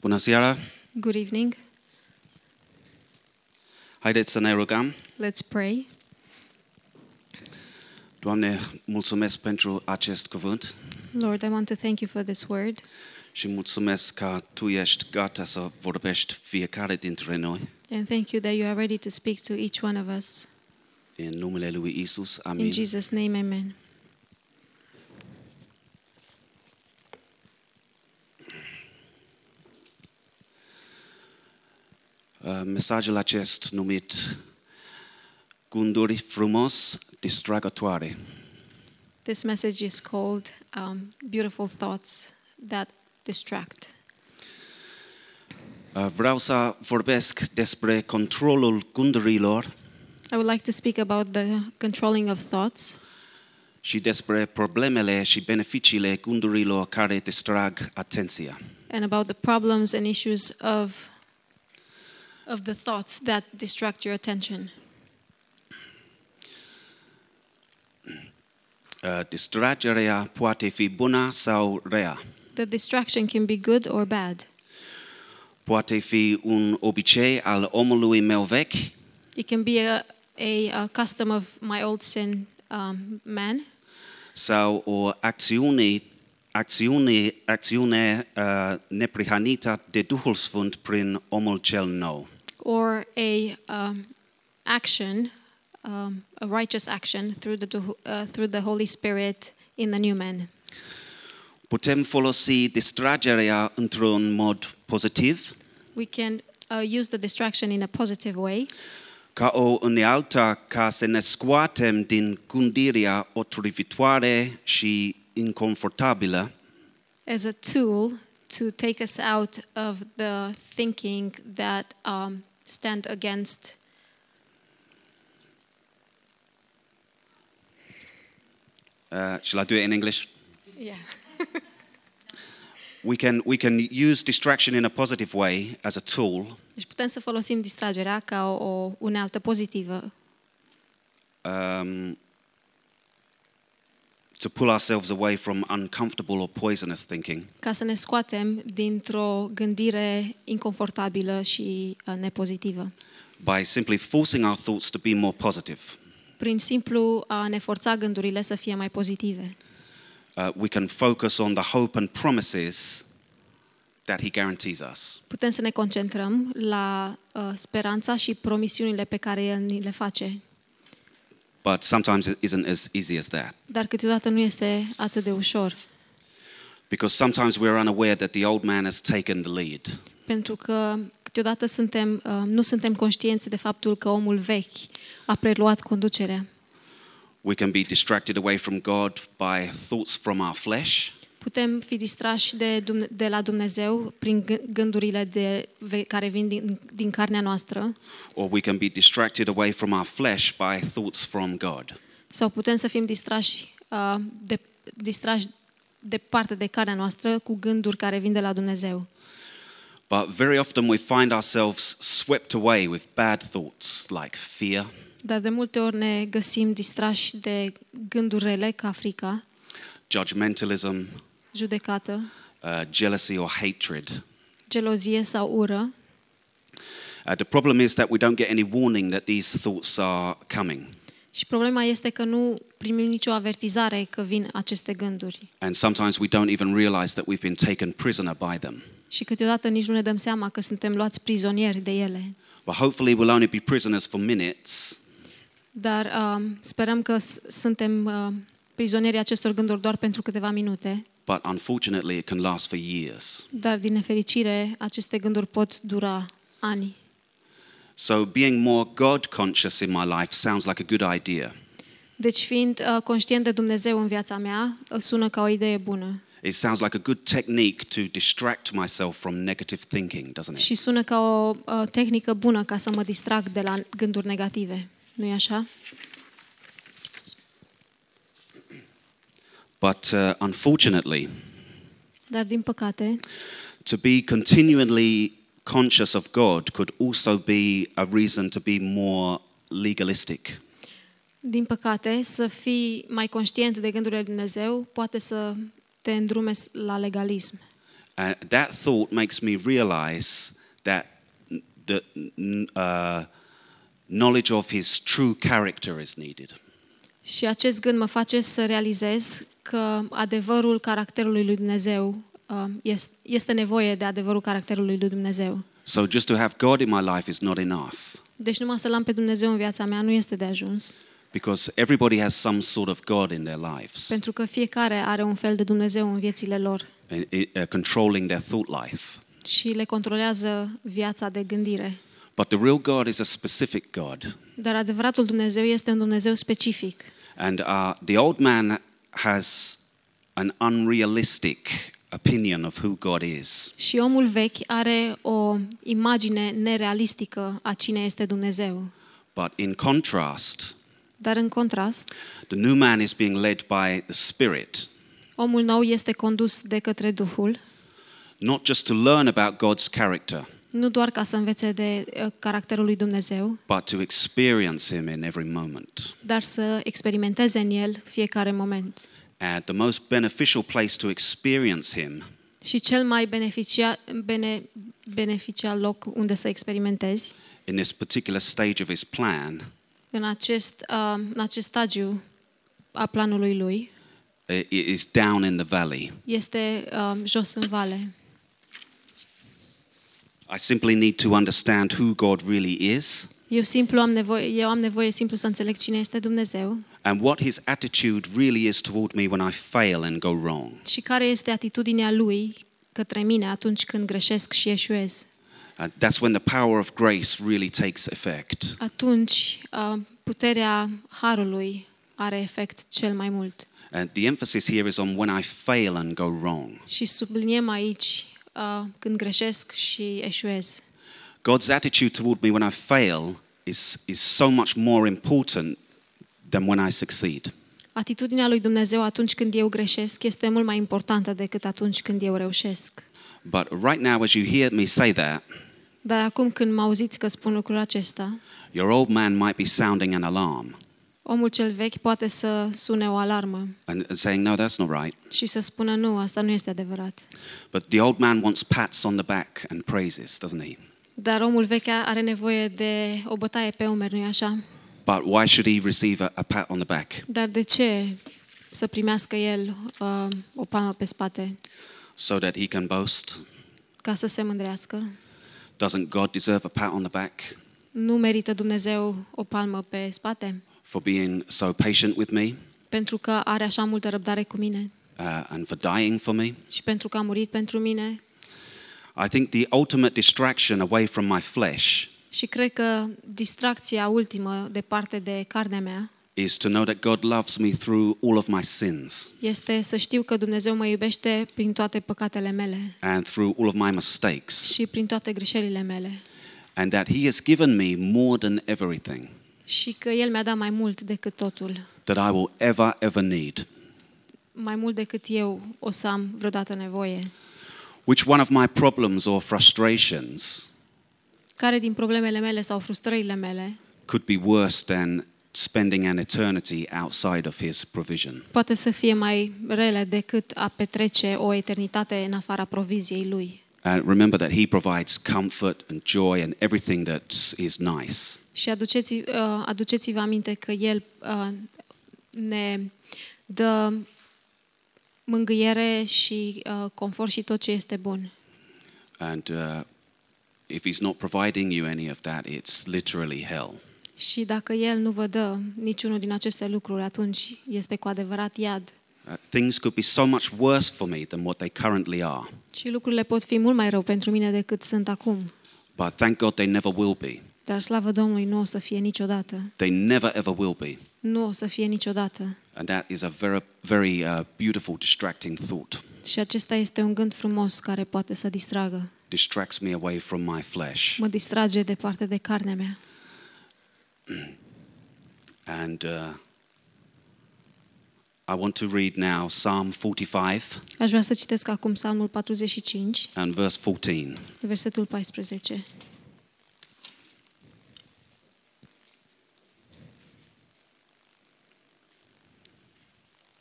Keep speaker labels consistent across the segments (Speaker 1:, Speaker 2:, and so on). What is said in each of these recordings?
Speaker 1: Bună seara!
Speaker 2: Good evening.
Speaker 1: Haideți să ne rugăm.
Speaker 2: Let's pray.
Speaker 1: Doamne, mulțumesc pentru acest cuvânt
Speaker 2: Lord, I want to thank you for this word.
Speaker 1: și mulțumesc că Tu ești gata să vorbești fiecare dintre noi.
Speaker 2: And thank you that you are ready to speak to each one of us.
Speaker 1: În numele Lui Isus,
Speaker 2: In
Speaker 1: amin.
Speaker 2: Jesus' name, amen.
Speaker 1: Uh, Mesajul acest numit Gânduri frumos distragătoare.
Speaker 2: This message is called um, Beautiful Thoughts That Distract.
Speaker 1: Uh, Vreau să vorbesc despre controlul gândurilor
Speaker 2: I would like to speak about the controlling of thoughts
Speaker 1: și despre problemele și beneficiile gândurilor care distrag atenția.
Speaker 2: and about the problems and issues of, of the thoughts that distract your attention.
Speaker 1: Uh, Distragerea poate fi bună sau rea.
Speaker 2: The distraction can be good or bad,
Speaker 1: Poate fi un obicei al omului meu vechi
Speaker 2: it can be a, a, a custom of my old sin um, man.
Speaker 1: sau o acțiune, acțiune, acțiune uh, neprihănită de Duhul Sfânt prin omul cel nou.
Speaker 2: or a um, action, um, a righteous action through the uh, through the Holy Spirit in the new man.
Speaker 1: Putem folosi distragerea într-un mod pozitiv
Speaker 2: We can uh, use the distraction in a positive way,
Speaker 1: ca o unealtă ca să ne scoatem din gândirea otrivitoare și inconfortabilă
Speaker 2: as a tool to take us out of the thinking that um, stand against.
Speaker 1: uh, shall I do it in English?
Speaker 2: Yeah.
Speaker 1: We can, we can use distraction in a positive way as a tool
Speaker 2: Deci putem să folosim distragerea ca o, o unealtă pozitivă
Speaker 1: um, to pull ourselves away from uncomfortable or poisonous thinking.
Speaker 2: ca să ne scoatem dintr-o gândire inconfortabilă și uh, nepozitivă.
Speaker 1: by simply forcing our thoughts to be more positive.
Speaker 2: prin simplu a ne forța gândurile să fie mai pozitive.
Speaker 1: Uh, we can focus on the hope and promises that He guarantees us.
Speaker 2: Putem să ne concentrăm la uh, speranța și promisiunile pe care El ni le face,
Speaker 1: But sometimes it isn't as easy as that
Speaker 2: dar câteodată nu este atât de ușor,
Speaker 1: because sometimes we're unaware that the old man has taken the lead.
Speaker 2: pentru că câteodată suntem, uh, nu suntem conștienți de faptul că omul vechi a preluat conducerea.
Speaker 1: We can be distracted away from God by thoughts from our flesh,
Speaker 2: Putem fi distrași de, Dumne- de la Dumnezeu prin gân- gândurile de, ve- care vin din, din carnea noastră
Speaker 1: or we can be distracted away from our flesh by thoughts from God.
Speaker 2: sau putem să fim distrași, uh, de, distrași departe de carnea noastră cu gânduri care vin de la Dumnezeu.
Speaker 1: But very often we find ourselves swept away with bad thoughts like fear,
Speaker 2: Dar de multe ori ne găsim distrași de gânduri rele ca frica,
Speaker 1: judgmentalism,
Speaker 2: judecată,
Speaker 1: uh, jealousy or hatred.
Speaker 2: gelozie sau ură.
Speaker 1: Uh, the problem is that we don't get any warning that these thoughts are coming.
Speaker 2: Și problema este că nu primim nicio avertizare că vin aceste gânduri.
Speaker 1: And sometimes we don't even realize that we've been taken prisoner by them.
Speaker 2: Și câteodată nici nu ne dăm seama că suntem luați prizonieri de ele.
Speaker 1: But hopefully, we'll only be prisoners for minutes
Speaker 2: Dar um, sperăm că s- suntem uh, prizonierii acestor gânduri doar pentru câteva minute.
Speaker 1: but unfortunately, it can last for years.
Speaker 2: Dar, din nefericire, aceste gânduri pot dura ani.
Speaker 1: So, being more God conscious in my life sounds like a good idea.
Speaker 2: Deci, fiind uh, conștient de Dumnezeu în viața mea, uh, sună ca o idee bună.
Speaker 1: It sounds like a good technique to distract myself from negative thinking, doesn't it?
Speaker 2: Și sună ca o uh, tehnică bună ca să mă distrag de la gânduri negative. Nu-i așa?
Speaker 1: But uh, unfortunately,
Speaker 2: Dar, din păcate,
Speaker 1: to be continually conscious of God could also be a reason to be more legalistic.
Speaker 2: din păcate, să fii mai conștient de gândurile lui Dumnezeu poate să te îndrume s- la legalism.
Speaker 1: Uh, that thought makes me realize that the n- uh, knowledge of his true character is needed.
Speaker 2: Și acest gând mă face să realizez că adevărul caracterului lui Dumnezeu uh, este- este nevoie de adevărul caracterului lui Dumnezeu.
Speaker 1: So just to have God in my life is not enough
Speaker 2: Deci numai să-L am pe Dumnezeu în viața mea nu este de ajuns,
Speaker 1: because everybody has some sort of God in their lives,
Speaker 2: pentru că fiecare are un fel de Dumnezeu în viețile lor
Speaker 1: and it- uh, controlling their thought life.
Speaker 2: și le controlează viața de gândire.
Speaker 1: But the real God is a specific God.
Speaker 2: Dar adevăratul Dumnezeu este un Dumnezeu specific.
Speaker 1: And uh, the old man has an unrealistic opinion of who God is.
Speaker 2: Și omul vechi are o imagine nerealistică a cine este Dumnezeu.
Speaker 1: But in contrast,
Speaker 2: Dar în contrast,
Speaker 1: the new man is being led by the Spirit,
Speaker 2: omul nou este condus de către Duhul,
Speaker 1: not just to learn about God's character,
Speaker 2: nu doar ca să învețe de uh, caracterul lui Dumnezeu,
Speaker 1: but to experience Him in every moment.
Speaker 2: dar să experimenteze în el fiecare moment.
Speaker 1: And the most beneficial place to experience Him
Speaker 2: Și cel mai beneficia, bene, beneficia loc unde să experimentezi,
Speaker 1: in this particular stage of His plan
Speaker 2: în acest, uh, în acest stagiu a planului lui,
Speaker 1: i- i- is down in the valley.
Speaker 2: este uh, jos în vale.
Speaker 1: I simply need to understand who God really is
Speaker 2: Eu simplu am nevoie, eu am nevoie simplu să înțeleg cine este Dumnezeu
Speaker 1: and what his attitude really is toward me when I fail and go wrong.
Speaker 2: și care este atitudinea lui către mine atunci când greșesc și eșuez.
Speaker 1: And Uh, that's when the power of grace really takes effect.
Speaker 2: Atunci uh, puterea harului are efect cel mai mult.
Speaker 1: And Uh, the emphasis here is on when I fail and go wrong.
Speaker 2: Și subliniem aici uh, când greșesc și eșuez.
Speaker 1: God's attitude toward me when I fail is, is so much more important than when I succeed.
Speaker 2: Atitudinea lui Dumnezeu atunci când eu greșesc este mult mai importantă decât atunci când eu reușesc.
Speaker 1: But right now, as you hear me say that,
Speaker 2: Dar acum când mă auziți că spun lucrul acesta,
Speaker 1: your old man might be sounding an alarm
Speaker 2: omul cel vechi poate să sune o alarmă
Speaker 1: and and saying, No, that's not right.
Speaker 2: și să spună nu, asta nu este adevărat.
Speaker 1: But the old man wants pats on the back and praises, doesn't he?
Speaker 2: Dar omul vechi are nevoie de o bătaie pe umeri, nu-i așa?
Speaker 1: But why should he receive a, a pat on the back?
Speaker 2: Dar de ce să primească el uh, o palmă pe spate?
Speaker 1: so that he can boast?
Speaker 2: Ca să se mândrească?
Speaker 1: Doesn't God deserve a pat on the back
Speaker 2: Nu merită Dumnezeu o palmă pe spate?
Speaker 1: for being so patient with me
Speaker 2: Pentru că are așa multă răbdare cu mine
Speaker 1: uh, and for dying for me?
Speaker 2: și pentru că a murit pentru mine
Speaker 1: I think the ultimate distraction away from my flesh
Speaker 2: Și cred că distracția ultimă de parte de carnea mea
Speaker 1: is to know that God loves me through all of my sins
Speaker 2: este să știu că Dumnezeu mă iubește prin toate păcatele mele
Speaker 1: and through all of my mistakes,
Speaker 2: și prin toate greșelile mele
Speaker 1: and that he has given me more than everything
Speaker 2: și că El mi-a dat mai mult decât totul,
Speaker 1: that I will ever, ever need.
Speaker 2: mai mult decât eu o să am vreodată nevoie.
Speaker 1: Which one of my problems or frustrations
Speaker 2: Care din problemele mele sau frustrările mele
Speaker 1: could be worse than spending an eternity outside of his provision?
Speaker 2: poate să fie mai rele decât a petrece o eternitate în afara proviziei Lui?
Speaker 1: And remember that He provides comfort and joy and everything that is nice.
Speaker 2: Și aduceți, uh, aduceți-vă aminte că El uh, ne dă mângâiere și uh, confort și tot ce este bun.
Speaker 1: And uh, if He's not providing you any of that, it's literally hell.
Speaker 2: Și dacă El nu vă dă niciunul din aceste lucruri, atunci este cu adevărat iad.
Speaker 1: Uh, things could be so much worse for me than what they currently are.
Speaker 2: Și lucrurile pot fi mult mai rău pentru mine decât sunt acum.
Speaker 1: But thank God they never will be.
Speaker 2: Dar slavă Domnului, nu o să fie niciodată.
Speaker 1: They never ever will be.
Speaker 2: Nu o să fie niciodată.
Speaker 1: And that is a very, very uh, beautiful, distracting thought.
Speaker 2: Și acesta este un gând frumos care poate să distragă.
Speaker 1: Distracts me away from my flesh.
Speaker 2: Mă distrage de parte de carnea mea.
Speaker 1: And uh, I want to read now Psalm 45
Speaker 2: Aș vrea să citesc acum Psalmul 45,
Speaker 1: and verse 14.
Speaker 2: Versetul 14.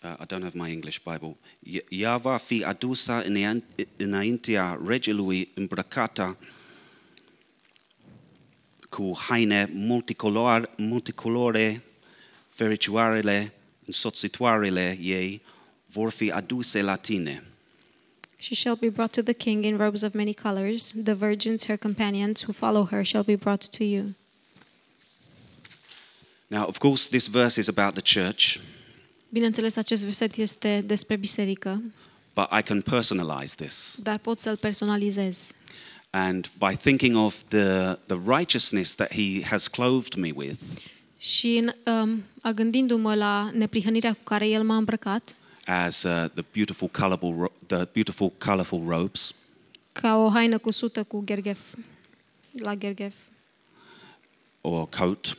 Speaker 1: uh, I don't have my English Bible. Ia- Ea va fi adusă înean- înaintea regelui îmbrăcată cu haine multicolor, multicolore, fericioarele, însoțitoarele ei vor fi aduse la tine.
Speaker 2: She shall be brought to the king in robes of many colors. The virgins, her companions who follow her, shall be brought to you.
Speaker 1: Now, of course, this verse is about the church,
Speaker 2: Bineînțeles, acest verset este despre biserică,
Speaker 1: but I can personalize this.
Speaker 2: dar pot să-l personalizez.
Speaker 1: And by thinking of the, the righteousness that he has clothed me with,
Speaker 2: Și în, um, a gândindu-mă la neprihănirea cu care el m-a îmbrăcat,
Speaker 1: as uh, the beautiful, colorful, ro- the beautiful, colorful robes,
Speaker 2: ca o haină cusută cu gherghef, la gherghef
Speaker 1: or coat,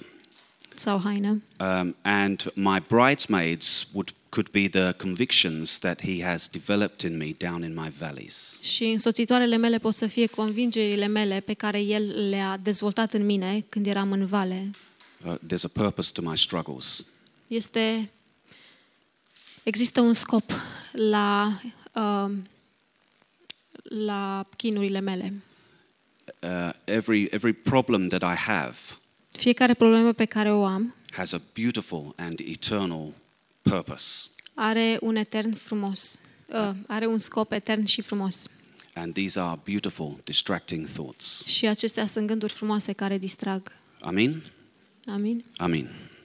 Speaker 2: sau haină.
Speaker 1: um, and my bridesmaids would could be the convictions that he has developed in me down in my valleys.
Speaker 2: Și însoțitoarele mele pot să fie convingerile mele pe care el le-a dezvoltat în mine când eram în vale.
Speaker 1: Uh, there's a purpose to my struggles.
Speaker 2: Este există un scop la um, la chinurile mele.
Speaker 1: Uh, every every problem that I have
Speaker 2: Fiecare problemă pe care o am
Speaker 1: has a beautiful and eternal purpose,
Speaker 2: are un etern frumos. Uh, are un scop etern și frumos.
Speaker 1: and these are beautiful distracting thoughts.
Speaker 2: Și acestea sunt gânduri frumoase care distrag.
Speaker 1: Amen.
Speaker 2: Amin.
Speaker 1: Amen.